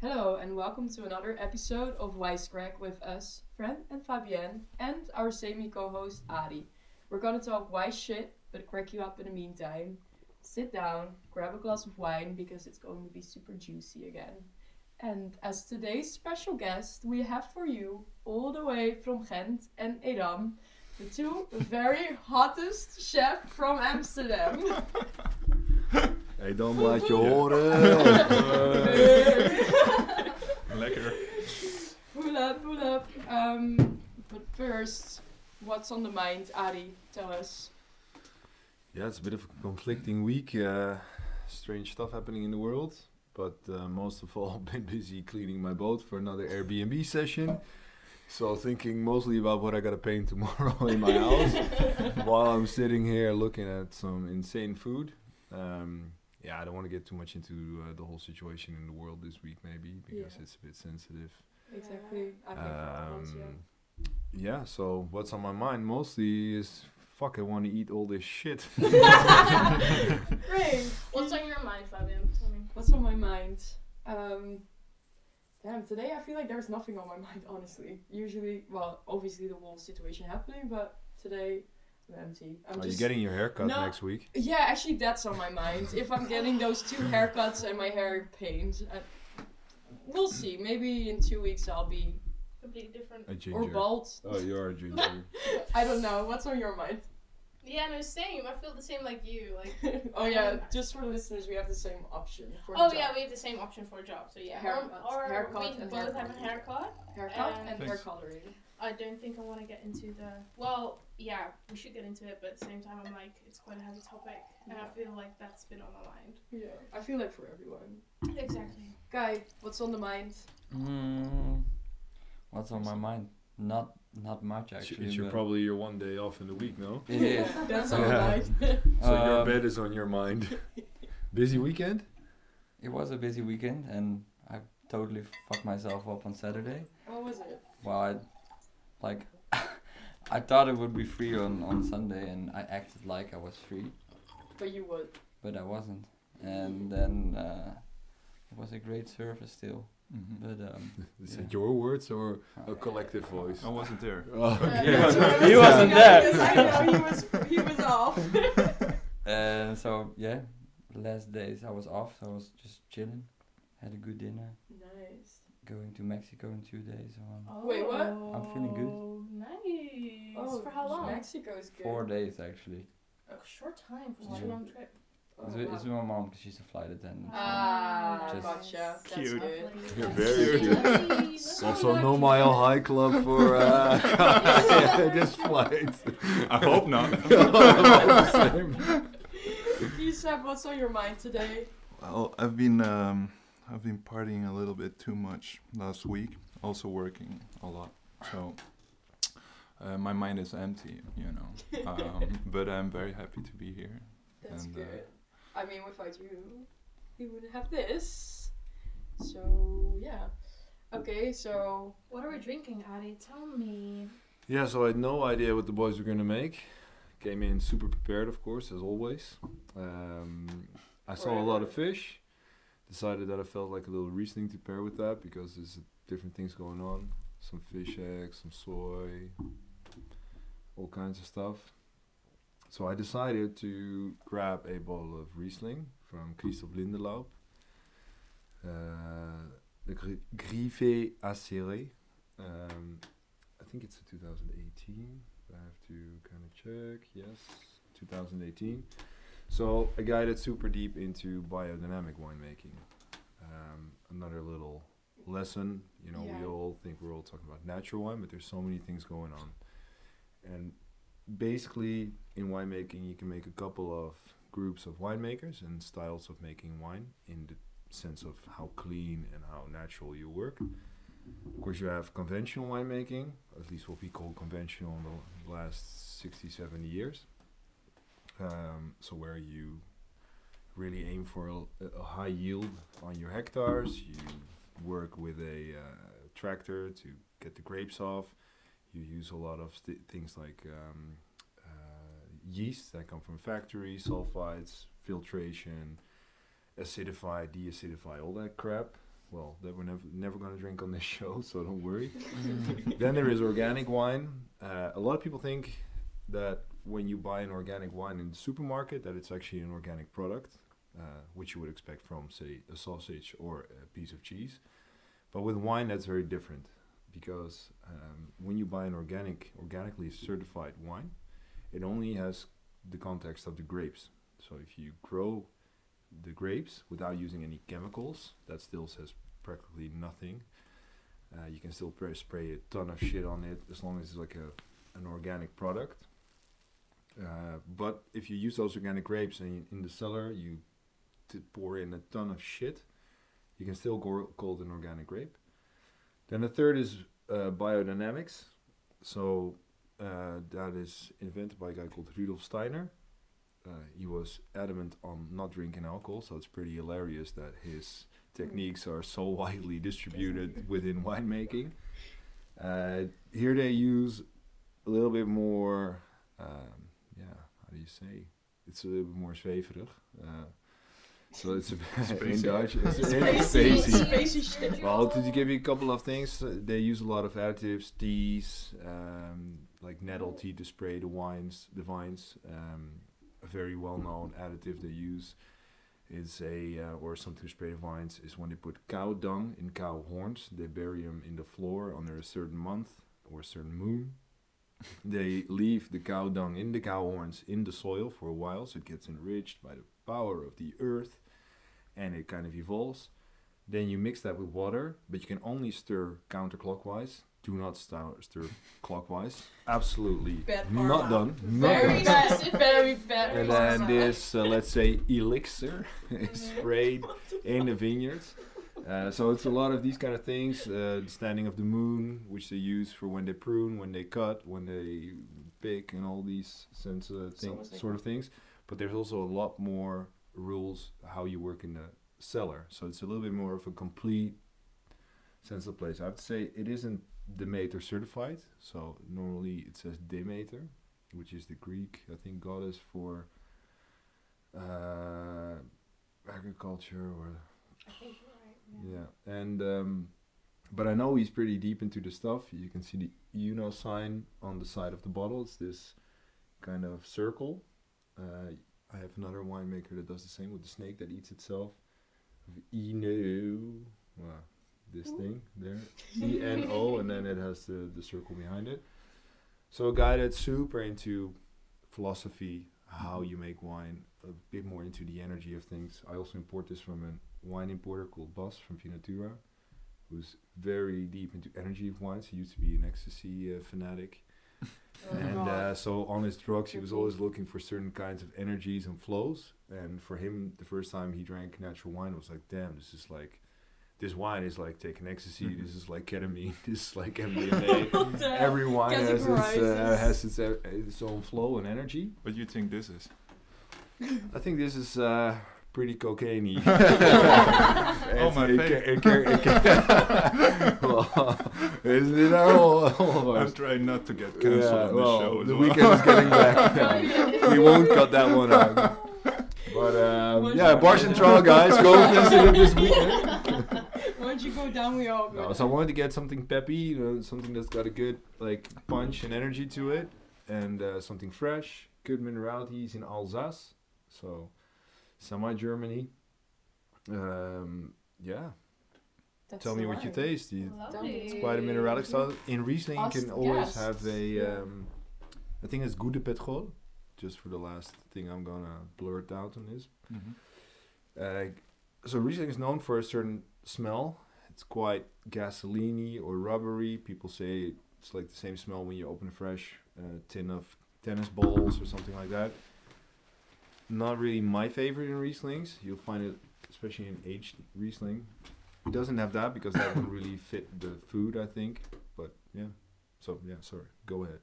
Hello and welcome to another episode of Wisecrack with us, Fran and Fabienne, and our semi co-host Adi. We're gonna talk wise shit, but crack you up in the meantime. Sit down, grab a glass of wine because it's going to be super juicy again. And as today's special guest, we have for you all the way from Ghent and Edam, the two very hottest chef from Amsterdam. Hey, dan laat je horen. Lekker. Pull up, pull up. Um, but first, what's on the mind, Adi? Tell us. yeah, it's a bit of a conflicting week. Uh, strange stuff happening in the world. But uh, most of all, been busy cleaning my boat for another Airbnb session. So thinking mostly about what I gotta paint tomorrow in my house while I'm sitting here looking at some insane food. Um, yeah, I don't want to get too much into uh, the whole situation in the world this week, maybe because Yeah. it's a bit sensitive. Exactly. I think Um, yeah, so what's on my mind mostly is fuck, I want to eat all this shit. Great. What's on your mind, Fabian? Tell me. What's on my mind? Um, damn, today I feel like there's nothing on my mind, honestly. Usually, well, obviously the whole situation happening, but today I'm empty. I'm Are you just. getting your haircut No. next week? yeah, actually, that's on my mind. If I'm getting those two haircuts and my hair pains, I, we'll see. Maybe in two weeks I'll be Completely different. A or ginger. bald. Oh, you are a ginger. I don't know. What's on your mind? Yeah, no, same. I feel the same like you. Like. oh yeah, just for the listeners, we have the same option. For Oh the yeah, job. we have the same option for a job. So yeah, Haircut. or, or Haircut Um, we and both haircut. have a haircut. haircut Um, and hair Thanks. coloring. I don't think I want to get into the. Well, yeah, we should get into it, but at the same time, I'm like, it's quite a heavy topic, and I feel like that's been on my Yeah, I feel like for everyone. mind. Exactly. Guy, what's on the mind? Mm, what's on my mind? Not not much actually. it's your but- probably your one day off in the week, no? It is. That's on the Yeah. mind. So your Um, bed is on your mind. Busy weekend? It was a busy weekend, and I totally fucked myself up on Saturday. what was it? Well, I, like, I thought it would be free on on Sunday, and I acted like I was free, But you would. but I wasn't. And then uh, it was a great service still, Mm-hmm. but um, Is Yeah. it your words or a collective voice? I wasn't there. Oh, Yeah, okay. that's what I He was wasn't thinking of, there. Because I know he was. He was off. and uh, so yeah, last days I was off, so I was just chilling, had a good dinner, nice. going to Mexico in two days on Wait, what? I'm feeling good. Oh, Nice. Oh, for how long? Mexico's good. four days actually. A short time for such a Yeah. long trip. Oh, It's, with, wow. it's with my mom 'cause she's a flight attendant. so- Ah, Just- gotcha. That's Cute. good. You're very Nice. Also, no mile high club for uh, this flight. I hope not. Same. Isab, what's on your mind today? Well, I've been um, I've been partying a little bit too much last week. Also working a lot, so uh, my mind is empty, you know. Um, but I'm very happy to be here. That's And, uh, good. I mean, without you, we wouldn't have this. So yeah. Okay, so What are we drinking, Adi? Tell me. Yeah, so I had no idea what the boys were gonna make. Came in super prepared, of course, as always. Um, I saw a lot of fish. Decided that I felt like a little reasoning to pair with that because there's different things going on. Some fish eggs, some soy, all kinds of stuff. So I decided to grab a bottle of Riesling from Christoph Lindeloop. Uh, the Gri- Grivet Acéré. Um, I think it's a 2018. but I have to kind of check. Yes, 2018. So a guy that's super deep into biodynamic winemaking. Um, another little lesson. You know, we Yeah. all think we're all talking about natural wine, but there's so many things going on. And basically, in winemaking, you can make a couple of groups of winemakers and styles of making wine in the sense of how clean and how natural you work. Of course, you have conventional winemaking, at least what we call conventional in the last 60, 70 years. Um, so, where you really aim for a, a high yield on your hectares, you work with a uh, tractor to get the grapes off, you use a lot of st- things like um, uh, yeast that come from factories, sulfites, filtration, acidify, deacidify, all that crap. well that we're never never gonna drink on this show, so don't worry. then there is organic wine. Uh, a lot of people think that when you buy an organic wine in the supermarket, that it's actually an organic product, uh, which you would expect from say a sausage or a piece of cheese. But with wine, that's very different because um, when you buy an organic, organically certified wine, it only has the context of the grapes. So if you grow the grapes without using any chemicals, that still says practically nothing. Uh, you can still pr- spray a ton of shit on it as long as it's like a, an organic product. Uh, but if you use those organic grapes and in the cellar you t- pour in a ton of shit, you can still go- call it an organic grape. Then the third is uh, biodynamics. So uh, that is invented by a guy called Rudolf Steiner. Uh, he was adamant on not drinking alcohol, so it's pretty hilarious that his techniques are so widely distributed within winemaking. Uh, here they use a little bit more, um, yeah, how do you say? It's a little bit more zweverig. Uh, so it's a in Spacey. Dutch. It's Spacey. spacey. Spacey shit. Well, to give you a couple of things, uh, they use a lot of additives, teas, um, like nettle tea to spray the wines, the vines. Um, a very well-known additive they use is a uh, or something to spray the vines is when they put cow dung in cow horns. They bury them in the floor under a certain month or a certain moon. they leave the cow dung in the cow horns in the soil for a while, so it gets enriched by the power of the earth, and it kind of evolves. Then you mix that with water, but you can only stir counterclockwise. Do not stir, stir clockwise. Absolutely Bad not karma. done. Not Very done. bad, very bad. And karma. then this, uh, let's say, elixir is sprayed in the vineyards. Uh, so it's a lot of these kind of things. Uh, the standing of the moon, which they use for when they prune, when they cut, when they pick, and all these sense uh, thing, almost like- sort of things. But there's also a lot more rules how you work in the cellar. So it's a little bit more of a complete sense of place. I have to say it isn't Demeter certified. So normally it says Demeter, which is the Greek, I think, goddess for uh, agriculture or I think you're right. Yeah. yeah, and um, but I know he's pretty deep into the stuff. You can see the Uno sign on the side of the bottle. It's this kind of circle. Uh, I have another winemaker that does the same with the snake that eats itself. Eno, well, this thing there, E N O, and then it has the the circle behind it. So a guy that's super into philosophy, how you make wine, a bit more into the energy of things. I also import this from a wine importer called Bas from Finatura, who's very deep into energy of wines. He used to be an ecstasy uh, fanatic. Oh and God. uh, so on his drugs, he was Trippy. always looking for certain kinds of energies and flows. And for him, the first time he drank natural wine, it was like, damn, this is like, this wine is like taking ecstasy. This is like ketamine. This is like MDMA. What the hell? Every wine has its, uh, Categorizes. has its, uh, its own flow and energy. What you think this is? I think this is uh, pretty cocaine Oh, my fave. Isn't it all, all of I'm ours? trying not to get cancelled Yeah, on this well, show. as the well. weekend is getting back. we won't cut that one out. But um, What's yeah, that? Bars and Trial, guys, go visit it this weekend. Once you go down, we all go. No, so I wanted to get something peppy, you know, something that's got a good like punch and energy to it, and uh, something fresh. Good mineralities in Alsace, so semi Germany. Um, yeah, That's tell me the what you wine. taste. You, Lovely. It's quite a mineralic style. In Riesling, you Ast- can always yes. have a. Yeah. Um, I think it's Goude Petrol. Just for the last thing, I'm gonna blurt out on this. Mhm. Uh, so Riesling is known for a certain smell. It's quite gasoline or rubbery. People say it's like the same smell when you open a fresh uh, tin of tennis balls or something like that. Not really my favorite in Rieslings. You'll find it especially in aged Riesling. It doesn't have that because that would really fit the food, I think. But yeah. So yeah, sorry. Go ahead.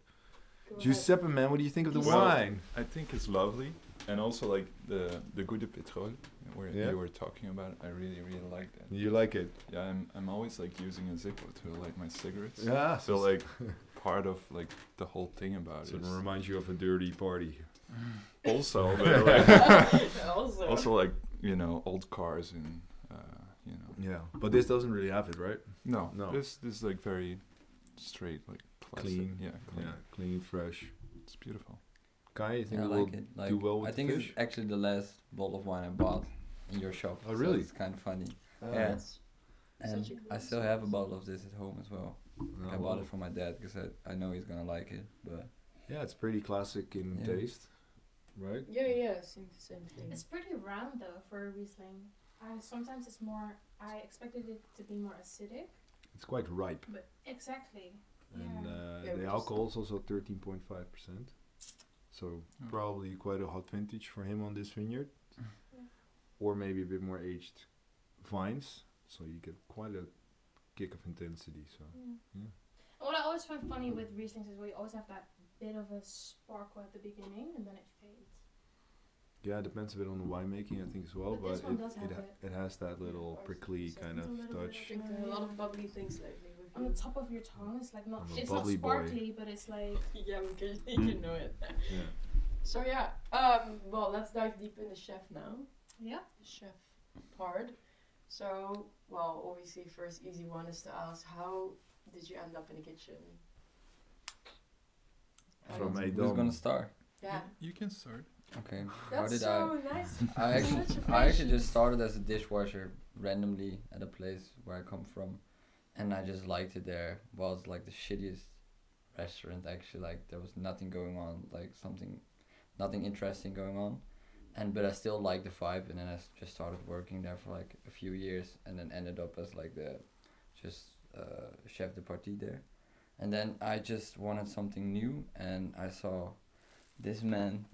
Go ahead. Giuseppe, man, what do you think of the Well, wine? I think it's lovely, and also like the the Goutte de Pétrole, where Yeah. you were talking about. I really really like that. You like it? Yeah, I'm I'm always like using a Zippo to light my cigarettes. Yeah. So like part of like the whole thing about So it it. is reminds you of a dirty party. Also, but, like, also. also like you know old cars in uh, you you know. Yeah, but this doesn't really have it, right? No, No. This this is like very straight, like classic. Clean. Yeah, clean. Yeah, clean, fresh. It's beautiful. Kai, you think Yeah, I it will like it. Like, do well with I the think it's fish? actually the last bottle of wine I bought in your shop. Oh, so really? it's kind of funny. Ah, yeah. That's And such a I cool still have a bottle of this at home as well. no, I bought well, it for my dad because I, I know he's gonna like it. But Yeah, it's pretty classic in Yeah. taste, right? Yeah, yeah, I think the same thing. It's pretty round though for a Riesling. I, Uh, sometimes it's more. I expected it to be more acidic, It's quite ripe, but exactly. and yeah. uh, Yeah, we the just- alcohol is also thirteen point five percent. So Oh. probably quite a hot vintage for him on this vineyard, Yeah. or maybe a bit more aged vines. So you get quite a kick of intensity. So Yeah. Yeah. And what I always find funny with Rieslings is we always have that bit of a sparkle at the beginning and then it fades. yeah, it depends a bit on the winemaking, I think, as well. But this But, one it does it, have ha- it has that little ours prickly is kind a of little bit I touch. think there are a lot of bubbly things lately with On you. the top of your tongue, it's like not. I'm a It's not bubbly boy. sparkly, but it's like. yeah, we can, Mm. you know it. Yeah. So yeah, um, well, let's dive deep in the chef now. Yeah. The chef part. So, well, obviously, first easy one is to ask, how did you end up in the kitchen? How From did- a who's dom. gonna start? Yeah. You can start. Okay. how That's did I? so nice. I actually, Such a I actually passion. just started as a dishwasher randomly at a place where I come from, and I just liked it there. Well, it's like the shittiest restaurant actually. Like there was nothing going on, like something, nothing interesting going on, and but I still liked the vibe. And then I s- just started working there for like a few years, and then ended up as like the, just uh, chef de partie there, and then I just wanted something new, and I saw, this man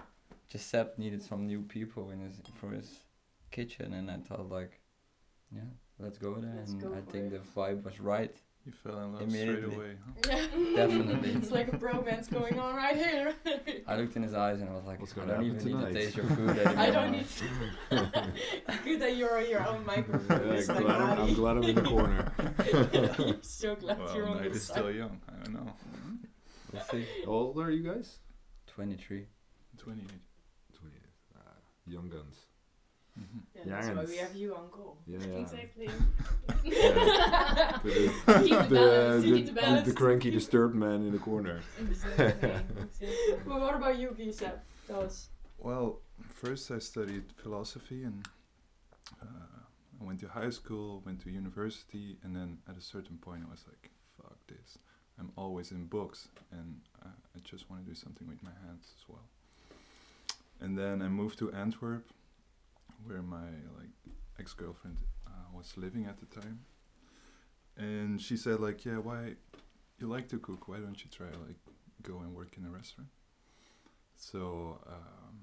Giuseppe needed some new people in his for his kitchen, and I thought like, yeah, let's go there. Let's and go I for think it. the vibe was right. You fell in love straight Immediately. away. Huh? Yeah. Definitely. it's like a bromance going on right here. I looked in his eyes and I was like, What's I gonna don't happen even tonight?" need to taste your food anymore. I don't need. Good that you're on your own microphone. Yeah, It's glad like, I'm, I'm "Adi." glad I'm in the corner. I'm so glad you're Well, on night this is side. still young. I don't know. We'll see. How old are you guys? Twenty-three. Twenty-eight. Twenty. Uh, young guns. Mhm. Yeah, that's why we Jans. have you on call. Yeah. yeah. Exactly. Yeah. the, the balance, the, keep the balance. the cranky, disturbed man in the corner. exactly. exactly. Well, what about you, Gisep? Tell us. Well, first I studied philosophy and uh, I went to high school, went to university, and then at a certain point I was like, "Fuck this! I'm always in books, and uh, I just want to do something with my hands as well." And then I moved to Antwerp, where my like ex-girlfriend uh, was living at the time, and she said like, "Yeah, why you like to cook? Why don't you try like go and work in a restaurant?" So um,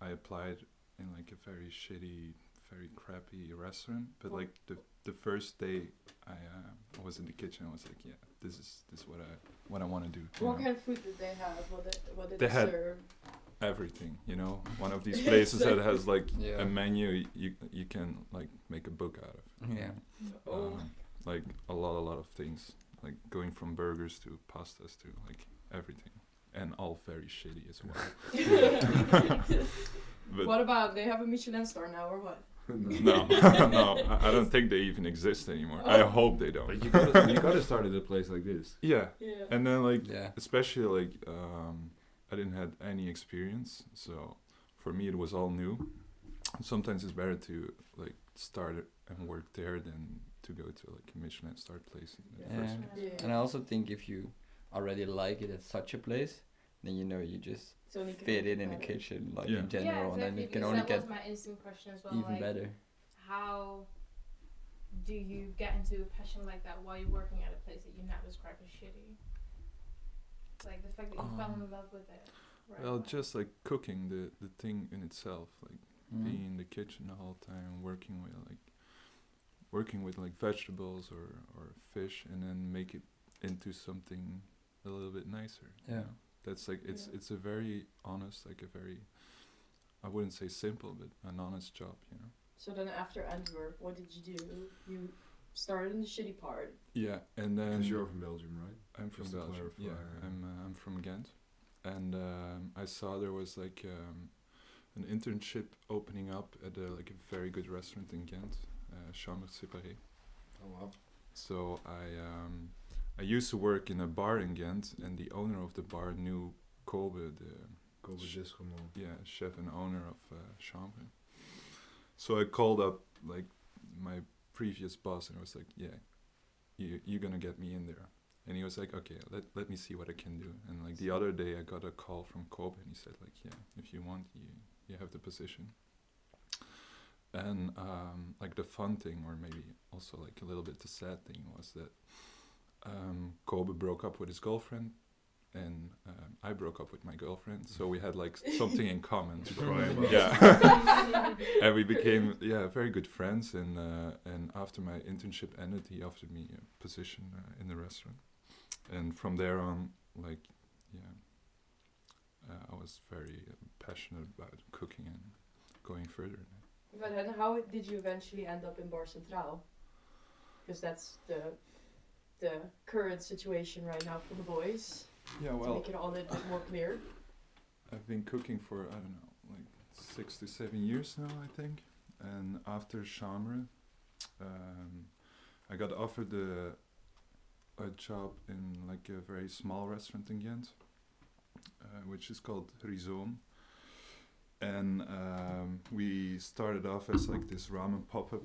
I applied in like a very shitty, very crappy restaurant. But like the the first day I uh, I was in the kitchen, I was like, yeah, this is this is what I what I want to do. you What know? kind of food did they have? What did, what did They they, had- serve? Everything, you know, one of these places that has like Yeah. a Um, menu you you can like make a book out of. you Yeah. know? Oh, Um, like a lot a lot of things, like going from burgers to pastas to like everything, and all very shitty as well. But what about they have a Michelin star now or what? No, no, I- I don't think they even exist anymore. I hope they But don't. you gotta, you gotta start at a place like this. Yeah, Yeah. and then like, Yeah. especially like, um, I didn't had any experience, so for me it was all new. Sometimes it's better to like start and work there than to go to like a Michelin star place. In the Yeah. First. Yeah. And I also think if you already like it at such a place, then you know you just It's only fit it in the uh, kitchen, like Yeah. in general, yeah, and then exactly. it can because only that get was my instant question as well. even like, better. How do you get into a passion like that while you're working at a place that you now describe as shitty? Like the fact that you Um, fell in love with it. Right Well, away. just like cooking the the thing in itself, like Mm-hmm. Mm. being in the kitchen the whole time, working with like working with like vegetables or or fish, and then make it into something a little bit nicer. you Yeah. know? that's like it's Yeah. it's a very honest, like a very I wouldn't say simple, but an honest job, you know. So then after Antwerp, what did you do? You started in the shitty part. Yeah, and then Because you're from Belgium, right? I'm from Just to Belgium. clarify, Yeah, yeah. I'm uh, I'm from Ghent, and um, I saw there was like um, an internship opening up at a, like a very good restaurant in Ghent, uh, chambre séparée. Oh, wow. So I um, I used to work in a bar in Ghent, and the owner of the bar knew Kolbe, the Go with Sh- this one. man. yeah chef and owner of uh, Chambre. So I called up like my previous boss, and I was like, "Yeah, you you're gonna get me in there." And he was like, "Okay, let let me see what I can do." And like the other day, I got a call from Kolbe, and he said like, "Yeah, if you want, you you have the position." And um, like the fun thing, or maybe also like a little bit the sad thing, was that um, Kobe broke up with his girlfriend, and um, I broke up with my girlfriend. So we had like something in common. To cry about. yeah, and we became yeah very good friends. And uh, and after my internship ended, he offered me a position uh, in the restaurant, and from there on, like yeah, uh, I was very uh, passionate about cooking and going further. in it. But then how did you eventually end up in Bar Central? Because that's the the current situation right now for the boys. Yeah, to well, make it all a little bit more clear. I've been cooking for I don't know like six to seven years now I think, and after Chamre, um, I got offered a a job in like a very small restaurant in Ghent, uh, which is called Rhizome. And um, we started off as like this ramen pop up,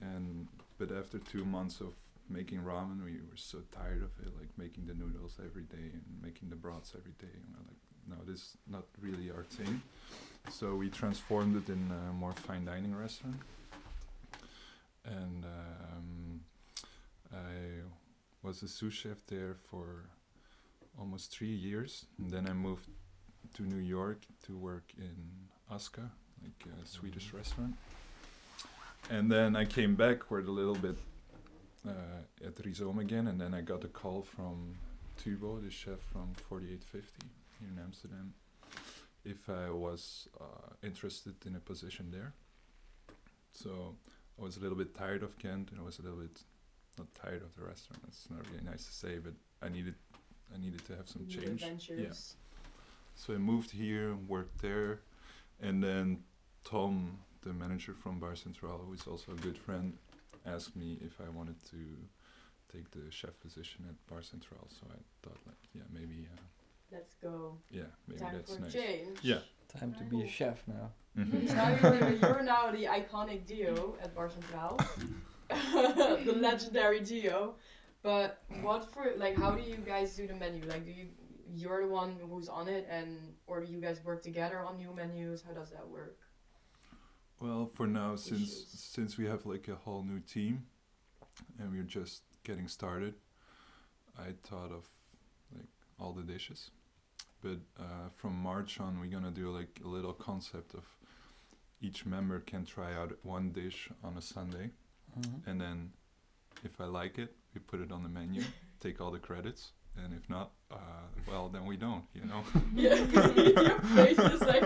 and but after two months of making ramen, we were so tired of it, like making the noodles every day and making the broths every day, and we're like no, this is not really our thing. So we transformed it in a more fine dining restaurant. And um, I was a sous chef there for almost three years. And then I moved to New York to work in Aska, like a Swedish restaurant. And then I came back, worked a little bit uh, at Rhizome again, and then I got a call from Tubo, the chef from 4850 here in Amsterdam if I was uh, interested in a position there. So I was a little bit tired of Kent and I was a little bit not tired of the restaurant. It's not really nice to say, but I needed I needed to have some New change. Adventures. So I moved here, worked there, and then Tom, the manager from Bar Central, who is also a good friend, asked me if I wanted to take the chef position at Bar Central. So I thought, like, yeah, maybe, uh, Let's go. yeah, maybe Time that's for nice. change. Yeah. Time to be a chef now. Mhm. Now you're, you're now the iconic duo at Bar Central, the legendary duo. But what for? Like, how do you guys do the menu? Like, do you you're the one who's on it, and or do you guys work together on new menus? How does that work? Well, for now, since Issues. since we have like a whole new team, and we're just getting started, I thought of like all the dishes, but uh, from March on, we're gonna do like a little concept of each member can try out one dish on a Sunday, Mm-hmm. and then if I like it, we put it on the menu, take all the credits, and if not, uh, well, then we don't, you know. Yeah, your face is like.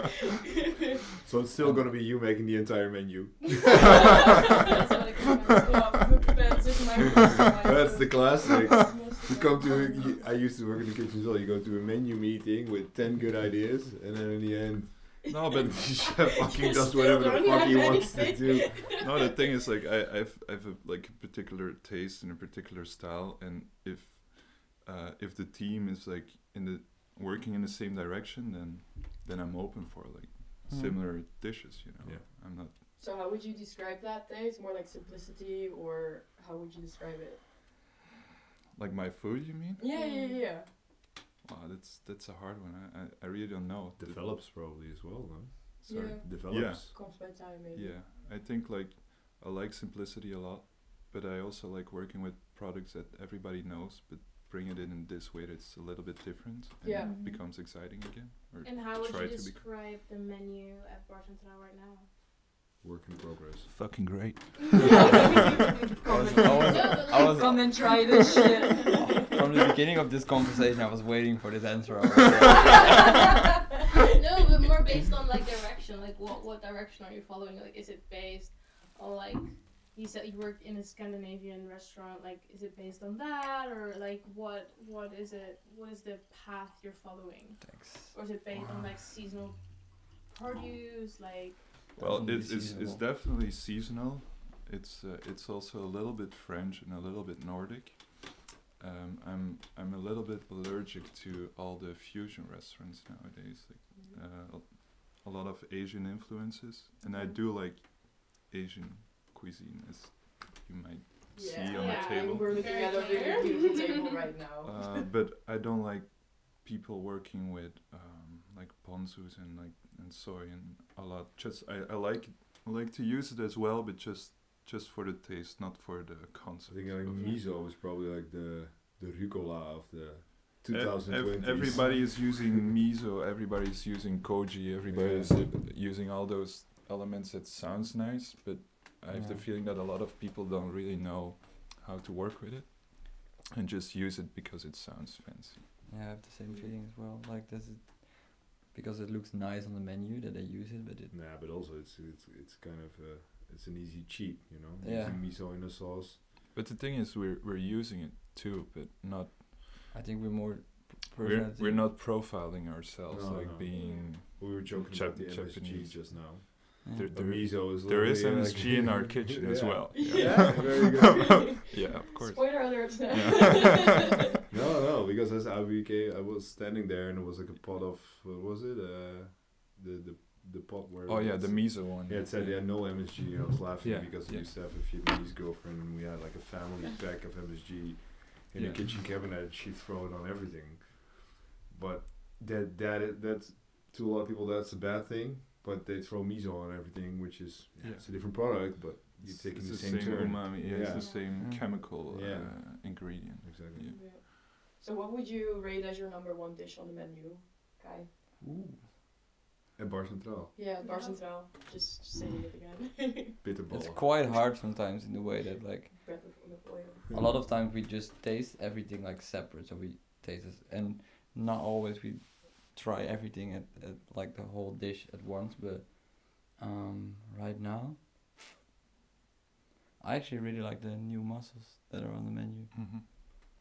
So it's still gonna be you making the entire menu. That's what I can That's the classic. You come to. it. you- I used to work in the kitchen as well. You go to a menu meeting with ten good ideas, and then in the end, no, but the chef fucking You does still whatever the don't fuck have he wants to anything. do. no, the thing is, like, I, I've, I've a, like a particular taste and a particular style, and if, uh, if the team is like in the working in the same direction, then, then I'm open for like Mm. similar dishes. You know, Yeah. I'm not. So how would you describe that day? It's more like simplicity, or how would you describe it? Like my food, you mean? Yeah, yeah, yeah, yeah. Wow, that's that's a hard one. I, I, I really don't know. The- Develops probably as well, no? Sorry. Yeah. Develops. Comes by time, maybe. Yeah, I think like I like simplicity a lot, but I also like working with products that everybody knows, but bring it in in this way that's a little bit different and Yeah. it becomes exciting again. Or And how would Try you to be- describe the menu at Bar Central right now? Work in progress. fucking great. come, and, I was- I was- come and try this shit. From the beginning of this conversation, I was waiting for this answer. I was like, no, but more based on like direction. Like, what what direction are you following? Like, is it based on like you said you worked in a Scandinavian restaurant? Like, is it based on that or like what what is it? What is the path you're following? "Thanks." Or is it based on like seasonal produce? Like, Well, Definitely it's, it's, it's seasonal. definitely seasonal. It's uh, it's also a little bit French and a little bit Nordic. Um, I'm I'm a little bit allergic to all the fusion restaurants nowadays. Like, uh, a- a lot of Asian influences, and I Mhm. do like Asian cuisine, as you might see on Yeah, the table. We're looking Very at a really clear. beautiful table right now. Uh, but I don't like people working with um, like ponzus and like and soy and a lot. Just I, I like I like to use it as well, but just just for the taste, not for the I concept. think like of it. miso is probably like the the rucola of the E- ev- 2020s. everybody is using miso. Everybody is using koji. Everybody is Yeah. uh, using all those elements that sounds nice, but I have the Yeah. feeling that a lot of people don't really know how to work with it, and just use it because it sounds fancy. Yeah, I have the same feeling as well. Like this is because it looks nice on the menu that they use it, but it Nah, but also it's it's it's kind of uh, it's an easy cheat, you know. Yeah. Using miso in a sauce. But the thing is, we're we're using it too, but not I think we're more we're, personal. we're not profiling ourselves No, like no. being We were joking Jap- about the MSG Japanese. just now. there, But there, miso is there is literally, like- MSG in our kitchen as Yeah. well. Yeah, very good. yeah, of course. Spoiler alert. No, no, because as IBK, I was standing there and it was like a pot of what was it? Uh, the the the pot where. Oh it yeah, was- the miso one. Yeah, it said yeah, no MSG. and I was laughing Yeah, because I yeah. used to have a Vietnamese girlfriend, and we had like a family pack of MSG in Yeah. the kitchen cabinet. and She'd throw it on everything, but that that i- that's to a lot of people that's a bad thing. But they throw miso on everything, which is yeah, Yeah. it's a different product, but you're It's- taking it's the same, turn. umami. Yeah, Yeah. it's the same Mm. chemical Yeah. uh, ingredient. Exactly. Yeah. So what would you rate as your number one dish on the menu, Kai? And Bar Central, Yeah, Bar Yeah. Central. Just, just saying it again. It's bitterballen. quite hard sometimes in the way that like Breath of olive oil. a lot of times we just taste everything like separate, so we taste this, and not always we try everything at, at like the whole dish at once. But um, right now, I actually really like the new mussels that are on the menu. Mhm.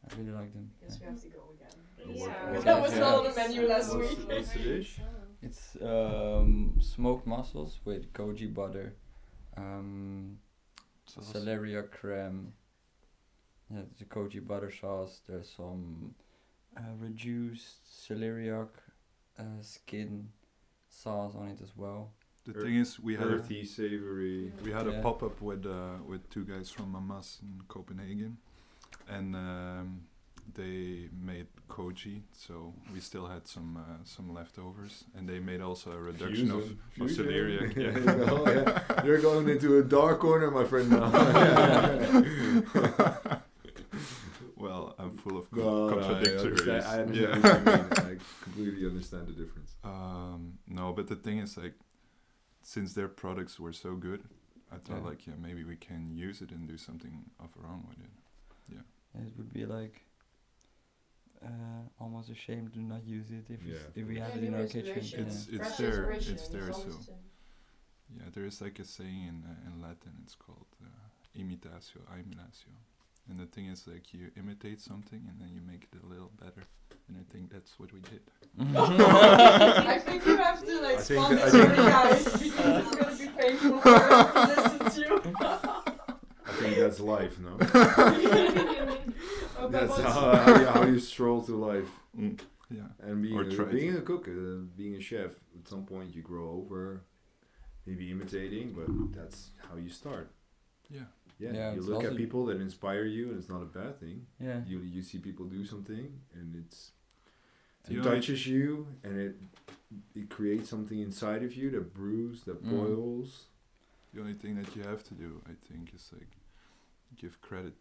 I really like them. Yes, we yeah. have to go again. Yeah. That was not on the menu last What's- week. what's the dish? It's um, smoked mussels with goji butter, um, So that's- Celeria creme. Yeah, the koji butter sauce. There's some uh, reduced celeriac uh, skin sauce on it as well. The Earth- thing is, we had a, earthy, savory. we had Yeah. a pop up with uh, with two guys from Mamas in Copenhagen, and um, they made koji, so we still had some uh, some leftovers, and they made also a reduction of, Fusion. of Fusion. celeriac. Yeah, yeah. no, yeah. You're going into a dark corner, my friend. Now. well, I'm full of No, co- no, I contradictories. understand- I, understand yeah. what you mean. I completely understand the difference. Um, no, but the thing is, like, since their products were so good, I thought, Yeah. like, yeah, maybe we can use it and do something of our own with it. It would be like uh, almost a shame to not use it if we s- Yeah, of if we course. have Yeah, it in new our kitchen. inspiration. yeah. It's- it's Fresh there, inspiration it's there, is so- always, uh, Yeah, there is like a saying in uh, in Latin. It's called uh, imitatio imitatio, and the thing is, like, you imitate something and then you make it a little better. And I think that's what we did. I think you have to like I think spawn that- I this for think- the guys because it's gonna be painful for them to listen to. I think that's life, no? Oh, but that's what's- how, how, you, how you stroll through life. Yeah. And being, Or a, try to. being a cook, uh, being a chef, at some point you grow over maybe imitating, but that's how you start. Yeah. Yeah, Yeah, you it's look at also- people that inspire you, and it's not a bad thing. yeah. you you see people do something and it's Do it you know- touches you and it it creates something inside of you that brews that Mm. boils The only thing that you have to do, I think, is like give credit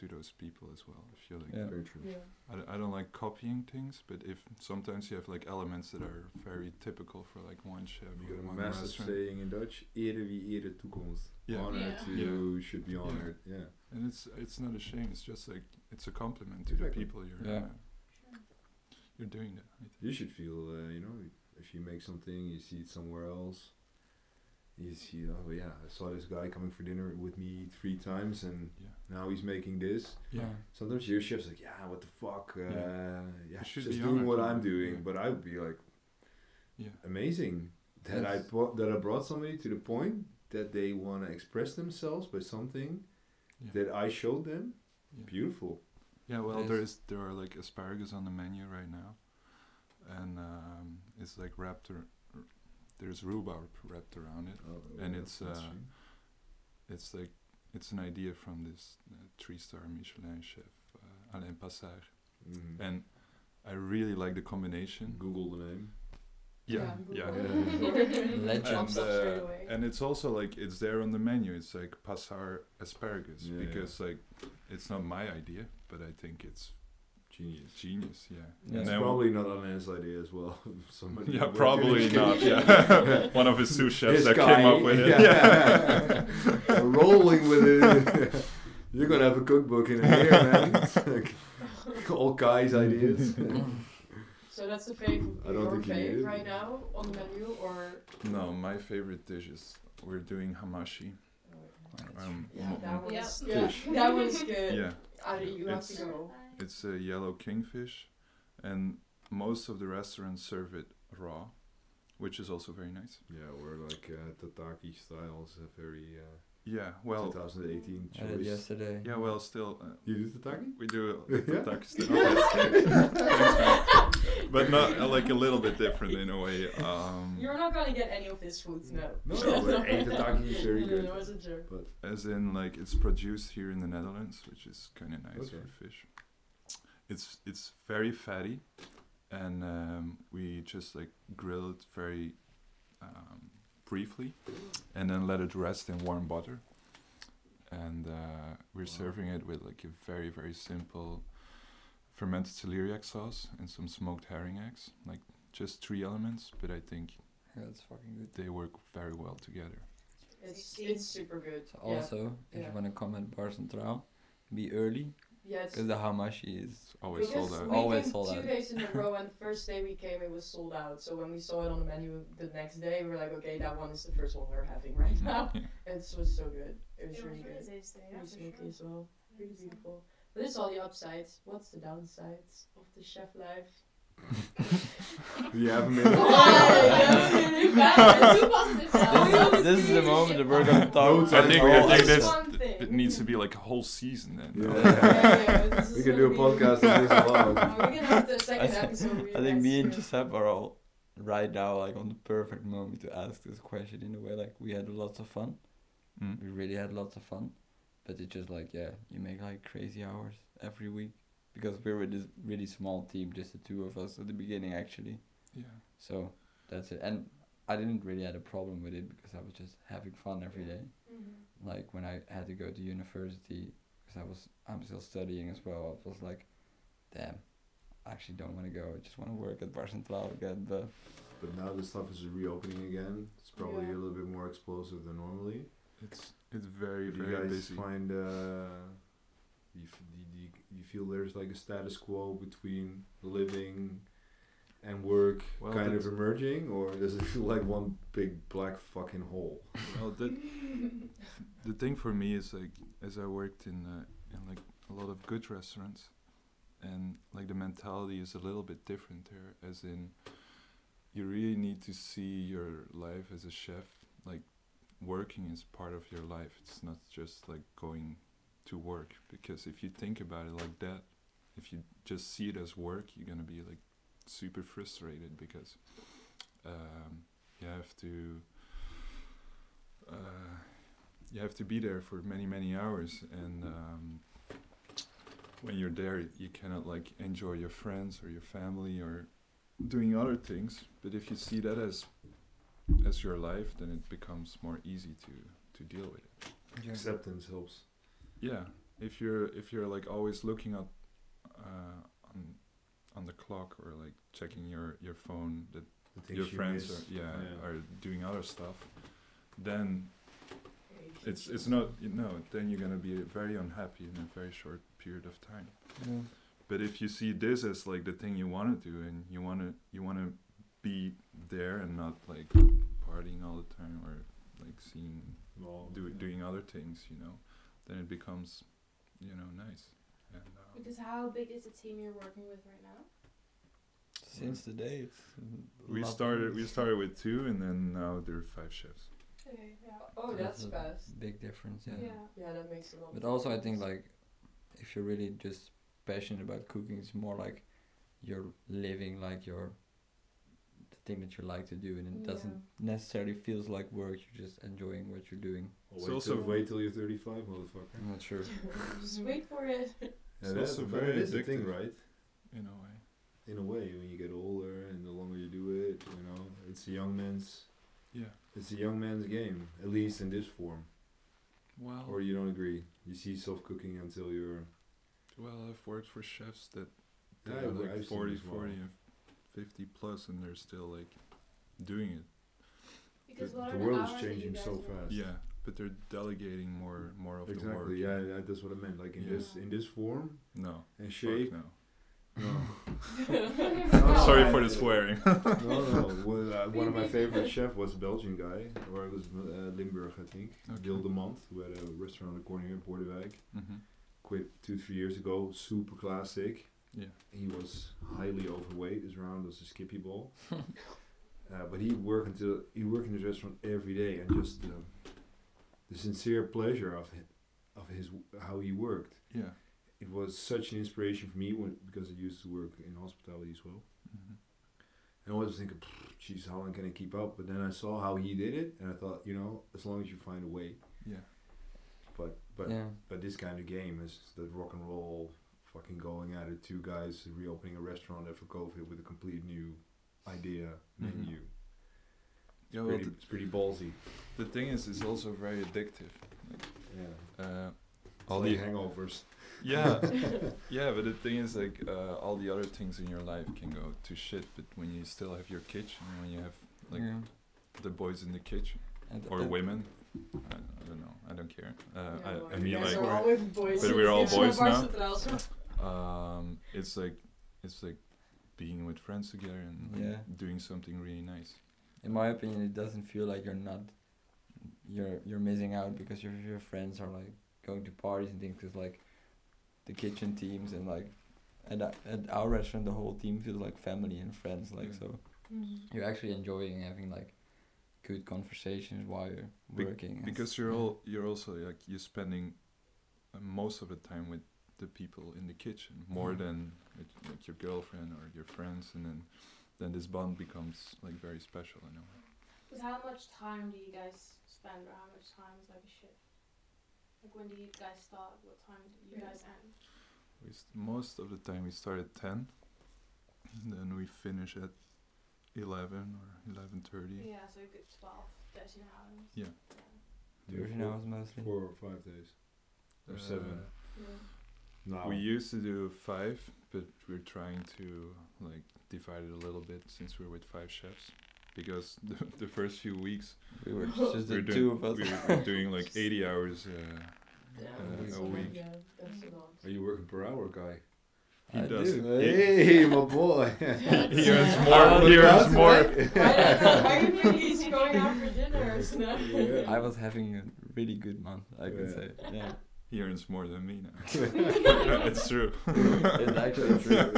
to those people as well. If you like, Yeah. Very true. Yeah. I, d- I don't like copying things, but if sometimes you have like elements that are very typical for like one chef You or got a one massive restaurant, saying in Dutch, ere wie ere toekomst. Yeah. Honored Yeah. you should be Yeah. honored. Yeah. and it's it's not a shame. It's just like it's a compliment to Exactly. the people you're Yeah. uh, you're doing that. I think. You should feel, uh, you know, if you make something, you see it somewhere else. You see, oh yeah, I saw this guy coming for dinner with me three times and Yeah. now he's making this. Yeah. Sometimes your chef's like, yeah, what the fuck? Uh, yeah, should just be doing honored, what yeah. I'm doing. Yeah. But I would be like, Yeah. amazing that I Yes. brought that I brought somebody to the point that they want to express themselves by something Yeah. that I showed them, Yeah. beautiful. Yeah, well, Nice. there is there are like asparagus on the menu right now, and um, it's like wrapped. Ar- there's rhubarb wrapped around it. And yeah, it's, that's uh, true. It's like it's an idea from this uh, three-star Michelin chef uh, Alain Passard, Mhm. and I really like the combination. Google the name. Yeah, yeah. Yeah, Legend. Jumps And, up straight uh, away. and it's also like it's there on the menu. It's like Passard asparagus Yeah, yeah. because like it's not my idea, but I think it's Genius. genius. Yeah, Yeah. It's And probably not Alain's idea as well. Somebody Yeah, working in probably the not. kitchen. Yeah, one of his sous chefs This that guy, came up with it. yeah. Rolling with it. You're gonna have a cookbook in here, man. It's like all guys' ideas. So that's the fave, I don't your think you need fave it. right now on the menu, or No, my favorite dish is we're doing hamashi. Um, yeah, mo- that one Yeah. is Yeah. yeah, that one is good. yeah, Ari, you have to It's- go. it's a yellow kingfish, and most of the restaurants serve it raw, which is also very nice. Yeah, we're like uh, Tataki styles, a very uh, Yeah, well, uh, 2018 I did choice. yesterday. yeah, well, still uh, You do Tataki? we do Yeah. it, but not uh, like a little bit different in a way. Um, You're not gonna get any of this food, no. No, no, but hey, Tataki is very No, no, good. no, it was a joke. As in, like it's produced here in the Netherlands, which is kind of nice Okay. for fish. It's it's very fatty, and um, we just like grill it very um, briefly, and then let it rest in warm butter. And uh, we're Wow. serving it with like a very very simple fermented celeriac sauce and some smoked herring eggs, like just three elements, but I think Yeah, it's fucking good. they work very well together. It's it's super good. So Yeah. also, if yeah. you want to come at Bars and Trouw, be early Yeah, it's because the hamashi is. It's always because sold out. We Always came sold two out. days in a row, and the first day we came, it was sold out. So when we saw it on the menu the next day, we were like, okay, that one is the first one we're having right now. Yeah. It was so good. It was really good. It was smoky good. as well. Really beautiful. But this is all the upsides. What's the downsides of the chef life? Do you have a Why? minute? Don't you do that? Two positive sides. This- This, this is the moment that we're gonna talk. Notes I about think- all I of think it. Just that's- one thing. It needs to be like a whole season then. Yeah. Yeah, yeah, this we is can do a gonna be- podcast on this Oh, We're alone. gonna have the second I thi- episode. I think me and next year. Giuseppe are all right now like on the perfect moment to ask this question in a way like we had lots of fun. Mm. We really had lots of fun, but it's just like yeah, you make like crazy hours every week because we were this really small team, just the two of us at the beginning actually. Yeah. So that's it. And I didn't really had a problem with it because I was just having fun every day. Mm-hmm. Like when I had to go to university, because I was I'm still studying as well. I was like, damn, I actually don't want to go. I just want to work at Bar Central again. But But now the stuff is reopening again. It's probably Yeah. a little bit more explosive than normally. It's it's very Do you very guys busy. find uh, you, f- do you- do you, you feel there's like a status quo between living and work Well, kind of that's- emerging, or does it feel like one big black fucking hole? Well, the the thing for me is like as I worked in uh, in like a lot of good restaurants, and like the mentality is a little bit different there. As in, you really need to see your life as a chef. Like working is part of your life. It's not just like going to work because if you think about it like that, if you just see it as work, you're gonna be like super frustrated because um, you have to uh, you have to be there for many many hours and um, when you're there you cannot like enjoy your friends or your family or doing other things but if you see that as as your life then it becomes more easy to to deal with it Acceptance helps. yeah if you're if you're like always looking at uh, on on the clock or like checking your your phone that The things your you friends miss. are, yeah, are doing other stuff then it's it's not you know then you're gonna be very unhappy in a very short period of time yeah. but if you see this as like the thing you want to do and you want to you want to be there and not like partying all the time or like seeing Well, do, doing other things you know then it becomes you know nice and um, Because how big is the team you're working with right now? Since the day it's we started we started with two and then now there are five chefs Okay, yeah. Oh, That's that's a- fast. Big difference, yeah. Yeah. Yeah, that makes a lot. But of also, I think sense. like if you're really just passionate about cooking, it's more like you're living like your the thing that you like to do, and it Yeah. doesn't necessarily feels like work. You're just enjoying what you're doing. Well, So wait also- till, wait till you're 35, motherfucker. I'm not sure. just wait for it. Yeah, So that's also a very very addictive. thing, addictive. right? in a way. In a way, when you get older and the longer you do it, you know, it's a young man's, Yeah. it's a young man's game, at least in this form. Well, Or you don't agree. You see yourself cooking until you're. well, I've worked for chefs that Yeah, they're I've- like I've seen 40, as well. 40, and 50 plus, and they're still like doing it. Because The- what the are world the is hours that you changing guys so work? fast. Yeah, but they're delegating more, more of the work. Exactly. Yeah, yeah, that's what I meant. Like in Yeah. this, in this form No. and Fuck shape. Oh, no. No, No, Sorry I- for the swearing. no, no. One, uh, one of my favorite chef was a Belgian guy, or it was uh, Limburg, I think. Okay. Gil de Mand, who had a restaurant on the corner here in Bordewijk. hmm Quit two, three years ago. Super classic. Yeah. he was highly overweight. His round was a skippy ball. uh, but he worked until he worked in his restaurant every day, and just the, the sincere pleasure of his, of his how he worked. Yeah. It was such an inspiration for me when, because I used to work in hospitality as well. hmm And I was thinking, "Pfft, geez, how long can I keep up? But then I saw how he did it, and I thought, you know, as long as you find a way. Yeah. But but yeah, but this kind of game is the rock and roll fucking going at it. Two guys reopening a restaurant after COVID with a complete new idea Mhm. menu. Yeah. Well, Pretty, the, it's pretty ballsy. the thing is, it's also very addictive. Yeah. Uh, It's all like the hangovers. yeah, yeah. But the thing is, like, uh, all the other things in your life can go to shit. But when you still have your kitchen, when you have like yeah. the boys in the kitchen And- or Uh, and- women, I, I don't know. I don't care. Uh, Yeah, well, I, I you mean, guys like, are all with boys. but we're all Yeah. boys now. Uh, Versatile. um, it's like, it's like being with friends together and like, Yeah. doing something really nice. in my opinion, it doesn't feel like you're not you're you're missing out because your your friends are like going to parties and things. Cause like the kitchen teams and like at a- at our restaurant, the whole team feels like family and friends. Like Yeah. so, Mm-hmm. you're actually enjoying having like good conversations while you're Be- working. and because you're yeah. all you're also like you're spending uh, most of the time with the people in the kitchen more Mhm. than with, like your girlfriend or your friends and then then this bond becomes like very special in a way But how much time do you guys spend, or how much time is like a shift? Like when do you guys start? What time do you Yeah. guys end? we st- most of the time we start at 10 and then we finish at 11 or 11.30 Yeah, so a good 12, 13 hours. Yeah. Thirteen Four- hours mostly. Four or five days. Or Uh, seven. No. we used to do five but we're trying to like divide it a little bit since we're with five chefs because the, the first few weeks We were just we're the doing, two of us. We're, we're doing like 80 hours. Uh, Yeah, Uh, that's a lot, week. Yeah, that's a lot. Are you working per hour, guy? he I does. do. Hey, my boy. He earns That's- more. Oh, he that's earns more. Why do you think he's going out for dinner? Snap? Yeah. I was having a really good month. I could Yeah. say. Yeah, He earns more than me now. it's true. it's actually true. Oh,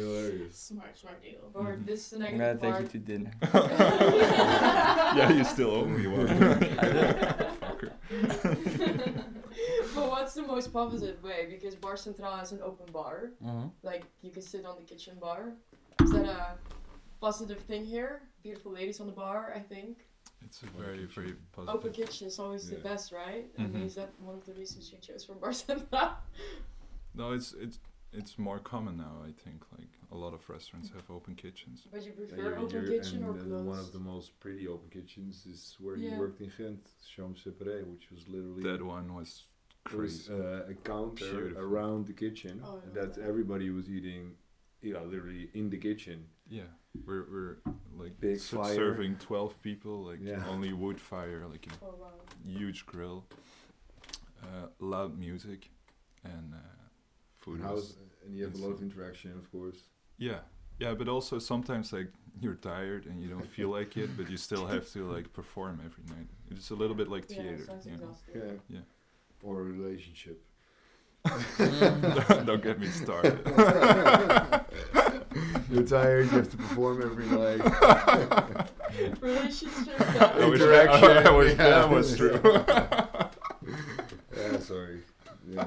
hilarious. Smart, smart deal. Or Mm-hmm. this is the I'm negative gonna part. take you to dinner. yeah, you still owe me one. Fucker. But what's the most positive way? Because Bar Central has an open bar. hmm Like you can sit on the kitchen bar. Is that a positive thing here? Beautiful ladies on the bar, I think. It's a very, very Open positive. kitchen is always the Yeah. best, right? I mean, Mhm. is that one of the reasons you chose for Bar Central? No, it's it's it's more common now. I think like a lot of restaurants have open kitchens. Would you Yeah, prefer you're- open you're- kitchen or and then closed? one of the most pretty open kitchens is where Yeah. he worked in Ghent, Champs Separé, which was literally That one was there was, crazy. uh, a counter Beautiful. around the kitchen Oh, I love that that. everybody was eating, you know, literally in the kitchen. Yeah, we're we're like Big s- fire. serving twelve people. Like Yeah. only wood fire. Like in Oh wow. huge grill, uh, loud music, and uh, food. And, was- house, and you have a lot of interaction, of course. yeah, yeah, but also sometimes like you're tired and you don't feel like it, but you still have to like perform every night. It's a little bit like Yeah, it theater. sounds you know? exhausting. Yeah. Yeah. Or a relationship. Mm. don't get me started. You're tired. You have to perform every night. Relationships. I wish that- Interaction, I wish yeah. that was true. yeah, sorry. Yeah.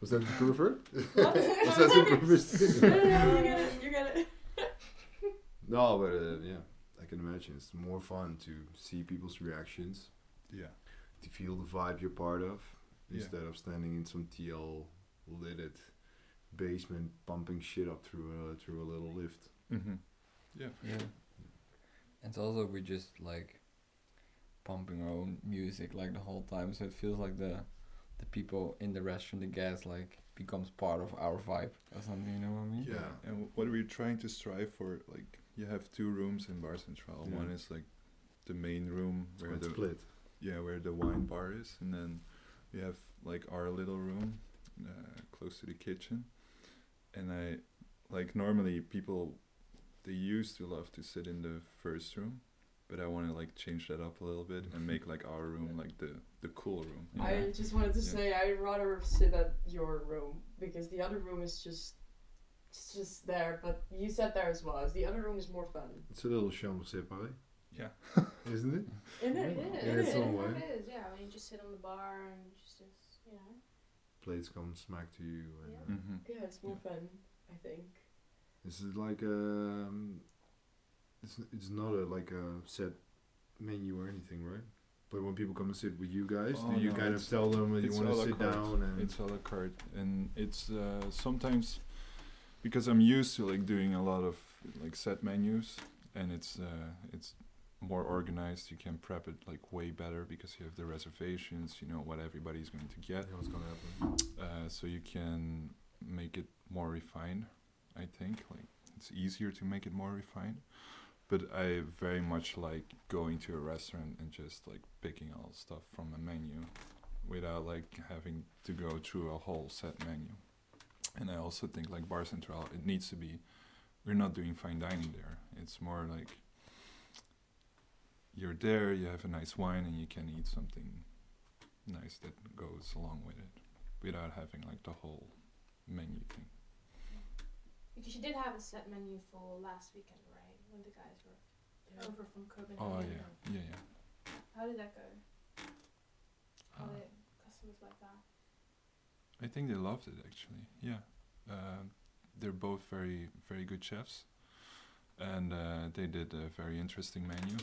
Was that superfruit? What? Was that No, superfruit? no, no, you get it. You get it. no, but uh, yeah, I can imagine. It's more fun to see people's reactions, yeah. to feel the vibe you're part of, Yeah. instead of standing in some TL lidded basement pumping shit up through a, through a little lift. Mm-hmm. Yeah. Yeah. It's also we just like pumping our own music like the whole time, so it feels like the the people in the restaurant, the guests, like becomes part of our vibe or something. You know what I mean? Yeah. And what are we trying to strive for? Like, you have two rooms in Bar Central. Yeah. One is like the main room where It's the split. yeah where the wine bar is, and then we have like our little room uh, close to the kitchen. And I like normally people they used to love to sit in the first room, but I want to like change that up a little bit and make like our room like the the cool room. you know? I just wanted to Yeah. say I'd rather sit at your room because the other room is just it's just there, but you sat there as well. The other room is more fun. It's a little chambre séparée, yeah. isn't it? Isn't it? It is. Yeah, It it's is. all It white. is, yeah. When you just sit on the bar and just, just you know. Plates come smack to you. And, Yeah. uh, Mm-hmm. Yeah, it's more fun, I think. This is like um, it's it's not a like a set menu or anything, right? But when people come and sit with you guys, Oh, do you no, kind it's- of tell them that you it's want a to la sit carte. down and it's a la carte and it's uh, sometimes because i'm used to like doing a lot of like set menus and it's uh, it's more organized you can prep it like way better because you have the reservations you know what everybody's going to yeah, get what's gonna happen? uh, so you can make it more refined i think like it's easier to make it more refined but i very much like going to a restaurant and just like picking all stuff from a menu without like having to go through a whole set menu and i also think like bar central it needs to be we're not doing fine dining there it's more like you're there you have a nice wine and you can eat something nice that goes along with it without having like the whole menu thing. Because you did have a set menu for last weekend, right? When the guys were over from Copenhagen. Oh yeah, yeah, yeah. How did that go? How Uh, did customers like that? I think they loved it actually. Yeah, uh, they're both very very good chefs, and uh, they did a very interesting menu.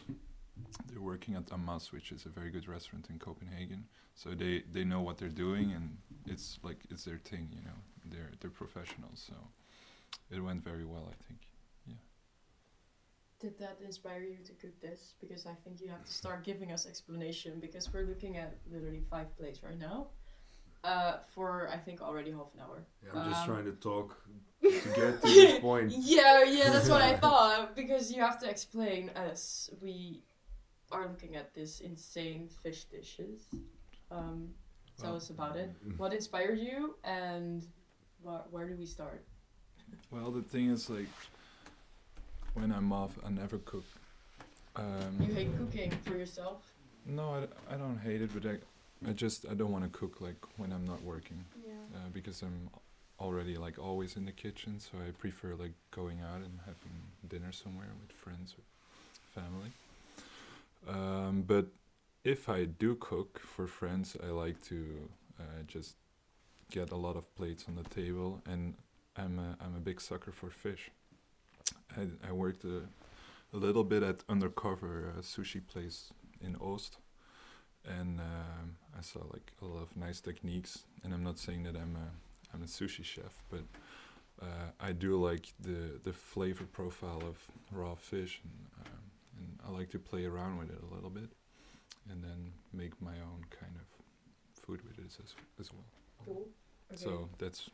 They're working at Amas, which is a very good restaurant in Copenhagen. So they they know what they're doing, and it's like it's their thing, you know. They're they're professionals, so it went very well, I think. Did that inspire you to cook this? Because I think you have to start giving us explanation because we're looking at literally five plates right now. Uh, for I think already half an hour. Yeah, I'm just Um, trying to talk to get to this point. Yeah, yeah, that's what I thought. Because you have to explain us. We are looking at this insane fish dishes. Um, tell Well, us about it. What inspired you, and where, where do we start? Well, the thing is, like, when I'm off, I never cook. You Um, hate cooking for yourself. no, I, d- I don't hate it, but I, I just I don't want to cook like when I'm not working Yeah. uh, because I'm already like always in the kitchen. So I prefer like going out and having dinner somewhere with friends or family. Um, but if I do cook for friends, I like to uh, just get a lot of plates on the table, and I'm a, I'm a big sucker for fish. I, I worked a, a little bit at undercover uh, sushi place in Oost, and um, I saw like a lot of nice techniques. And I'm not saying that I'm a I'm a sushi chef, but uh, I do like the the flavor profile of raw fish, and um, and I like to play around with it a little bit, and then make my own kind of food with it as as well. Cool. Okay. So that's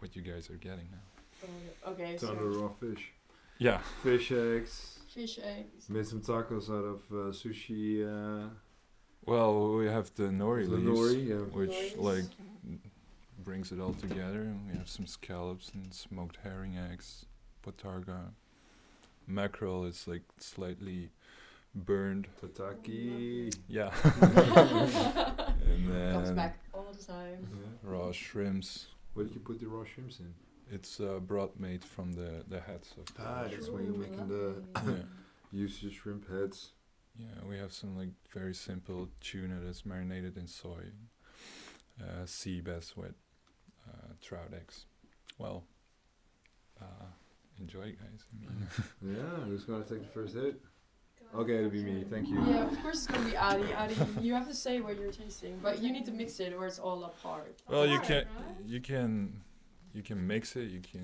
what you guys are getting now. Uh, okay. Ton So of raw fish, Yeah. fish eggs. fish eggs. Made some tacos out of uh, sushi. Uh, Well, we have the nori the leaves, nori, yeah. which Noise. like brings it all together. And we have some scallops and smoked herring eggs, botarga. Mackerel is like slightly burned. Tataki. Yeah. Comes then- back all the time. Yeah. Raw shrimps. What did you put the raw shrimps in? It's uh, broth made from the the heads of. the Ah, raw that's shrimp. where you're making the- Yeah. Use your shrimp heads. Yeah, we have some like very simple tuna that's marinated in soy, uh, sea bass with uh, trout eggs. Well, uh, enjoy, guys. I mean, Yeah, who's gonna take the first hit? Okay, it'll be me. Thank you. Yeah, of course it's gonna be Adi. Adi, you have to say what you're tasting, but you need to mix it or it's all apart. well, you Alright, can right? you can you can mix it. You can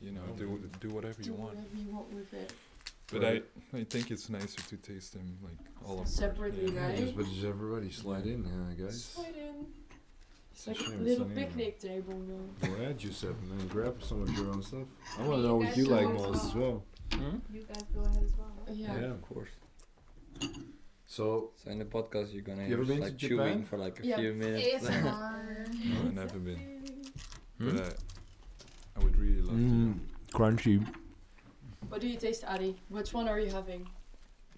you know do do whatever Do you want. whatever you want with it. But I Right. I think it's nicer to taste them like all apart. Separately, yeah. Yeah, right? just, but just everybody slide in, uh, guys. Slide in. It's a like a shame it's little not in there. picnic table, man. Go ahead, Giuseppe, man. Grab some of your own stuff. I want You to know what guys you should like go most as talk. well. Hmm? You guys go ahead as well. right? Yeah. Yeah. Of course. So So in the podcast, you're gonna You ever hear us, been to like Japan? chewing for like a Yeah. few minutes. ASMR. No, Mm-hmm. I never been. Hmm? But I, I would really love Mm. to. crunchy. What do you taste, Adi? Which one are you having?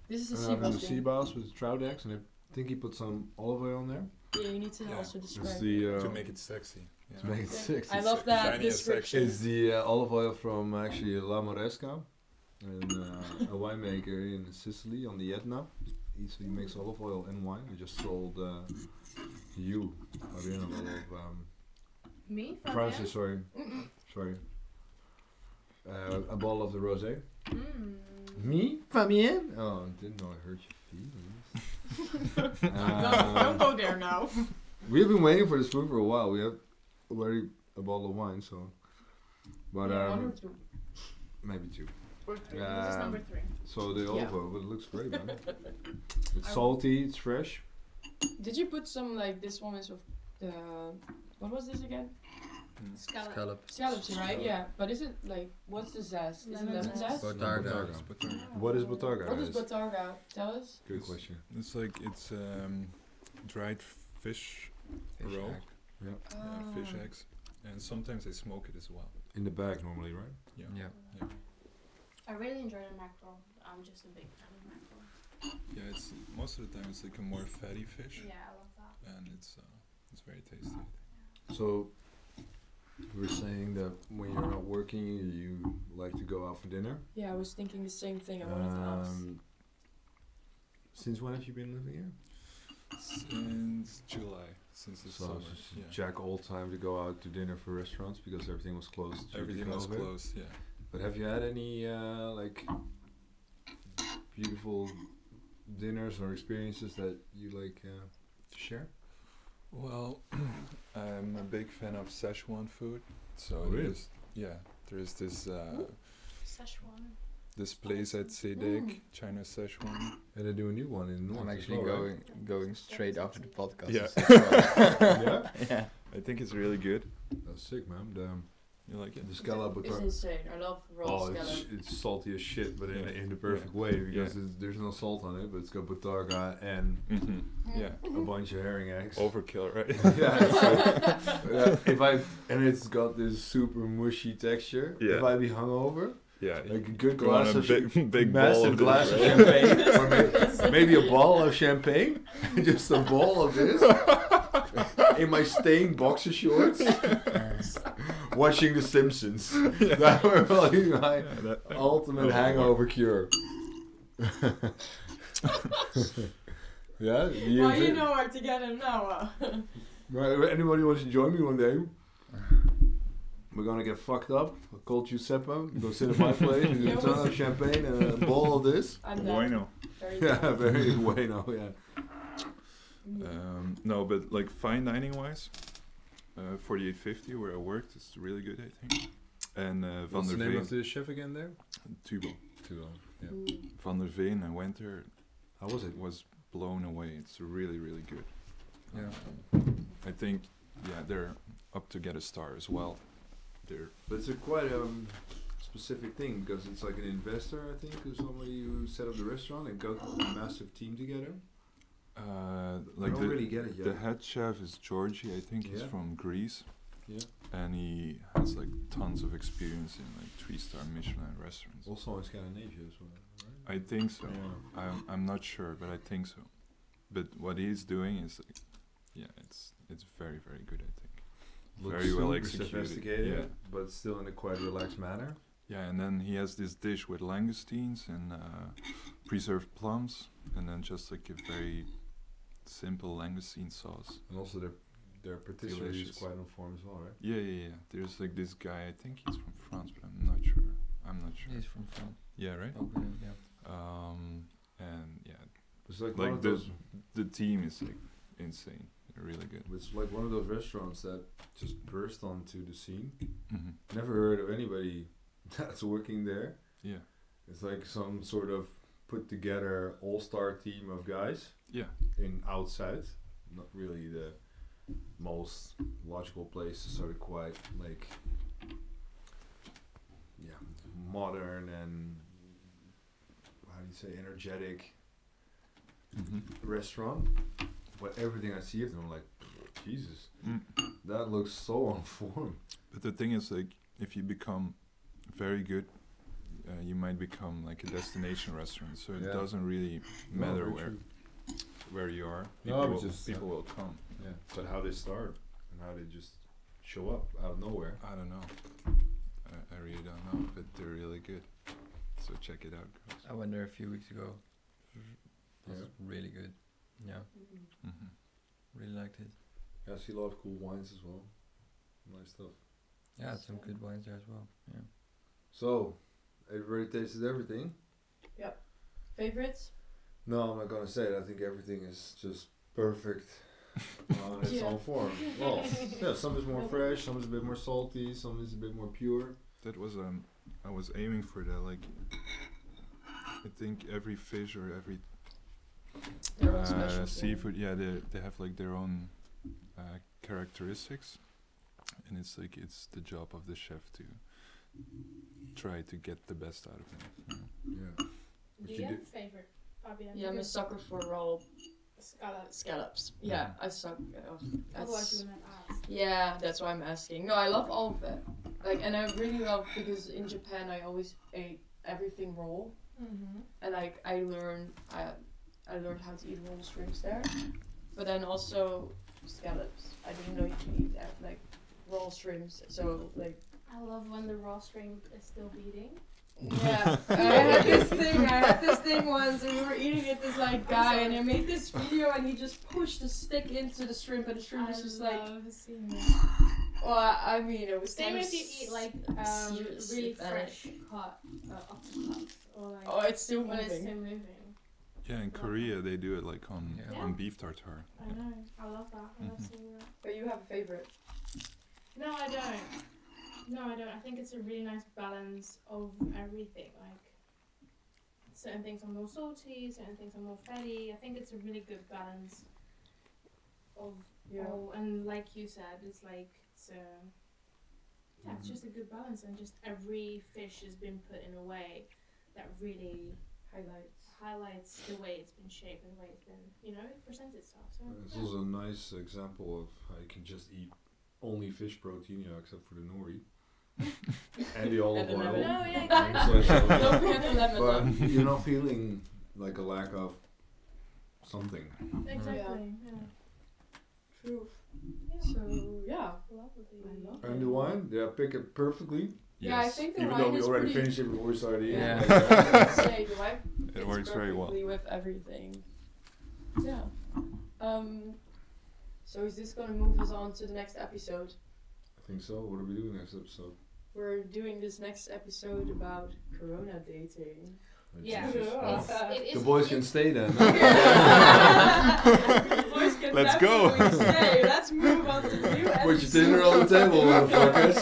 This is a sea I'm Uh, having bass the sea thing. bass with trout eggs, and I think he put some olive oil in there. Yeah, you need to Yeah, also describe. It's the uh, to make it sexy. to make it Yeah. sexy. I love that Shiny and description. It's the uh, olive oil from actually La Moresca, and uh, a winemaker in Sicily on the Etna. He's, he makes olive oil and wine. I just sold uh, you, Arena, a lot Oh, of um, Me? Mm. Fabian? Francis, sorry, sorry. Uh, a bottle of the rosé. Mm. Me, Fabien. Oh, I didn't know I hurt your feelings. Um, go there now. We've been waiting for this food for a while. We have already a bottle of wine, so. But Yeah, one or um, two. maybe two. Or three. this is number Um, three. So the olive Yeah. oil, but it looks great, man. it's I- salty, it's fresh. Did you put some like this one is of uh, what was this again? Scallop. Scallop. Scallops, right? Scallop. Yeah. But is it like what's the zest? Is it Lemon lemon zest. zest? Botarga. Botarga. What is botarga? What is guys? botarga? Tell us. Good question. It's like it's um, dried fish, Fish roe, hack. yeah, fish Ah. Um, eggs, and sometimes they smoke it as well. In the bag normally, right? Yeah. Yeah. I really enjoy the mackerel. I'm just a big fan of mackerel. Yeah, it's most of the time it's like a more fatty fish, Yeah, I love that. and it's uh, it's very tasty. So we're saying that when you're not working, you like to go out for dinner. Yeah, I was thinking the same thing. I wanted to ask. Um, since when have you been living here? Since July, since the So summer, it's just yeah. jack old time to go out to dinner for restaurants because everything was closed. due to everything was COVID. closed. Yeah. But have you had any uh, like beautiful dinners or experiences that you like uh, to share? Well, I'm a big fan of Szechuan food, so Oh, really? there's yeah, there is this uh, Szechuan. this place at Sedek, China Szechuan. And I do a new one in North. I'm as actually well, right? going going straight after the podcast. Yeah. is that yeah, right? yeah. I think it's really good. that's sick, man. The, um, You like it? the scallop It's with insane. I love raw oh, scallop. it's, it's salty as shit, but in, Yeah. in the perfect way because Yeah. it's, there's no salt on it, but it's got botarga and Mm-hmm. Yeah. a bunch of herring eggs. Overkill, right? yeah, so- yeah, if I and it's got this super mushy texture. Yeah. If I be hungover, yeah. like a good go on glass a of big, big bowl massive of glass of this, right? champagne, or may- maybe a ball of champagne, just a ball of this, in my stained boxer shorts, watching The Simpsons. That were like my Yeah, that- that- ultimate Oh, hangover cure. yeah, you, well, you know where to get him now. uh. Right, if anybody wants to join me one day? We're gonna get fucked up. I'll call Giuseppe. Go sit at my place. We're Yeah, gonna turn up champagne and a ball of this. I'm done. Bueno. Very Yeah, uh, done. very bueno. Yeah. Mm-hmm. Um, no, but like fine dining wise, uh, 4850 where I worked is really good, I think. And uh, Van der Veen, the chef again there? Tubal. Too long. Yeah. Mm. Van der Veen, I went there, How was it? was blown away. It's really, really good. Yeah. Um, I think, yeah, they're up to get a star as well. They're But it's a quite um, specific thing because it's like an investor, I think, or somebody who set up the restaurant and got a massive team together. uh, I like don't the, really get it yet. the head chef is Georgie. I think he's Yeah. from Greece. Yeah. And he has like tons of experience in like three star Michelin restaurants. also in Scandinavia as well, right? I think so. Yeah. I'm I'm not sure, but I think so. But what he's doing is, like, yeah, it's it's very very good. I think. Looks Very well super executed, sophisticated, yeah. but still in a quite relaxed manner. Yeah, and then he has this dish with langoustines and uh, preserved plums, and then just like a very simple langoustine sauce. And also their their patisserie is Delicious. quite informed as well, right? Yeah, yeah, yeah. There's like this guy. I think he's from France, but I'm not sure. I'm not sure. He's from France. Yeah, right. Okay, yeah. Um, and yeah, It's like, one like of the those the team is like insane. They're really good. it's like one of those restaurants that just burst onto the scene. hmm Never heard of anybody that's working there. Yeah, It's like some sort of put together all star team of guys yeah, in outside. Not really the most logical place to sort of quite like yeah, modern and how do you say energetic Mm-hmm. hmm restaurant. But everything I see of them, I'm like Jesus, Mm. that looks so unformed. But the thing is, like, if you become very good, uh, you might become like a destination restaurant. So it Yeah. doesn't really No, matter very where true. where you are. No, People, but will, just- uh, people will come. Yeah, but how they start and how they just show up out of nowhere. I don't know. I, I really don't know, but they're really good. So check it out, I guys. went there a few weeks ago. It was Yeah. really good. Yeah, hmm really liked it. Yeah, I see a lot of cool wines as well. Nice stuff. Yeah, some good wines there as well. Yeah. So, everybody tasted everything. Favorites? No, I'm not gonna say it. I think everything is just perfect on its Yeah. own form. Well, yeah, some is more fresh, some is a bit more salty, some is a bit more pure. That was um, I was aiming for that. Like, I think every fish or every They're all uh, special. seafood, yeah, they they have like their own uh, characteristics, and it's like it's the job of the chef to try to get the best out of them. you know. Yeah. Do you you have do- a favorite, Fabian? Yeah, I'm a Because sucker for raw scallops. scallops. Yeah, I suck. uh, Otherwise, you that's- would not ask. Yeah, that's why I'm asking. No, I love all of it. Like, and I really love because in Japan I always ate everything raw, Mm-hmm. and like I learned, I, I learned how to eat raw shrimps there, but then also scallops. I didn't know you can eat that like raw shrimps. So like. I love when the raw string is still beating. Yeah, I had this thing. I had this thing once, and we were eating it. This like guy, and I made this video, and he just pushed the stick into the shrimp, and the shrimp I was just like, love seeing that. well, I I mean, it was Same kind of if you eat like um, seriously really bad. fresh caught uh, octopus or like Oh, it's still when it's moving. still moving. Yeah, in Korea they do it like on Yeah. on beef tartare. I know. I love that. I love Mhm. seeing that. But you have a favorite. No, I don't. No, I don't. I think it's a really nice balance of everything. Like certain things are more salty, certain things are more fatty. I think it's a really good balance of all. And like you said, it's like it's a yeah, it's just a good balance, and just every fish has been put in a way that really Highlights. highlights the way it's been shaped and the way it's been, you know, it presents itself. So It's yeah. also a nice example of how you can just eat only fish protein, you know, except for the nori and the And olive the oil. lemon. no, yeah, And exactly. soy sauce. Don't forget the lemon. but though. you're not feeling like a lack of something. exactly. Yeah. True. Yeah. So yeah. Lovely. I love And the wine, they pick it perfectly. Yeah, I Yes. think the Even though wine we is already pretty. finished it before we started eating. Yeah. I would say the wine it fits works very well. perfectly with everything. Yeah. Um. So is this gonna move us on to the next episode? I think so. What are we doing next episode? We're doing this next episode about Corona dating. Yeah. Jesus. Yeah. Oh. It is- The boys it- can stay then. Boys can Let's go. definitely stay. Let's move on to the new Put your episode. dinner on the table, motherfuckers.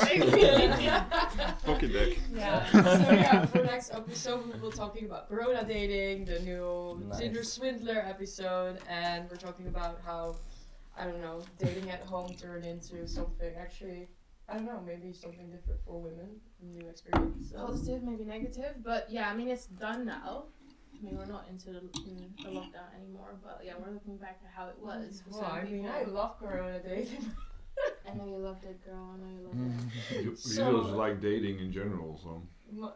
Pocket deck. Yeah. so yeah, for next episode we will be talking about Corona dating, the new Nice. Tinder swindler episode, and we're talking about how I don't know dating at home turned into something actually. I don't know, maybe something different for women, new experience. So. positive, maybe negative, but yeah, I mean it's done now. I mean we're not into the, in the lockdown anymore, but yeah, we're looking back at how it was. for Well, some I mean, people. I love Corona dating. I know you loved it, girl. I know you Mm. loved it. You So- just like dating in general, so. Mo-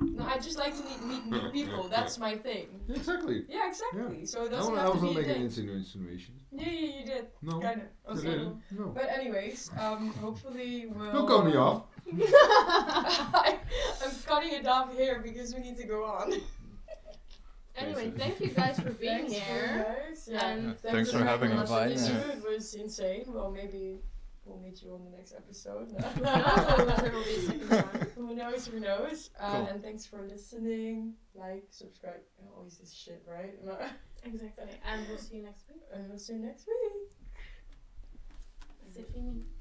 No, I just like to meet, meet new people. That's my thing. Exactly. Yeah, exactly. So it I, doesn't wa- I have was to not be a making Oh. date. insinu- insinuations. Yeah, yeah, you did. No. Kind of. I Okay. didn't. No. But anyways, um, hopefully we'll. Don't cut me off. I'm cutting it off here because we need to go on. Anyway, thank you guys for being Thanks for here. guys, yeah. And Yeah, thanks for having us. This Inviting food was insane. Well, maybe we'll meet you on the next episode. there will be a second one. who knows? Who knows? Uh, Cool. And thanks for listening. Like, subscribe. and Always this shit, right? Exactly. And we'll see you next week. and we'll see you next week. C'est fini.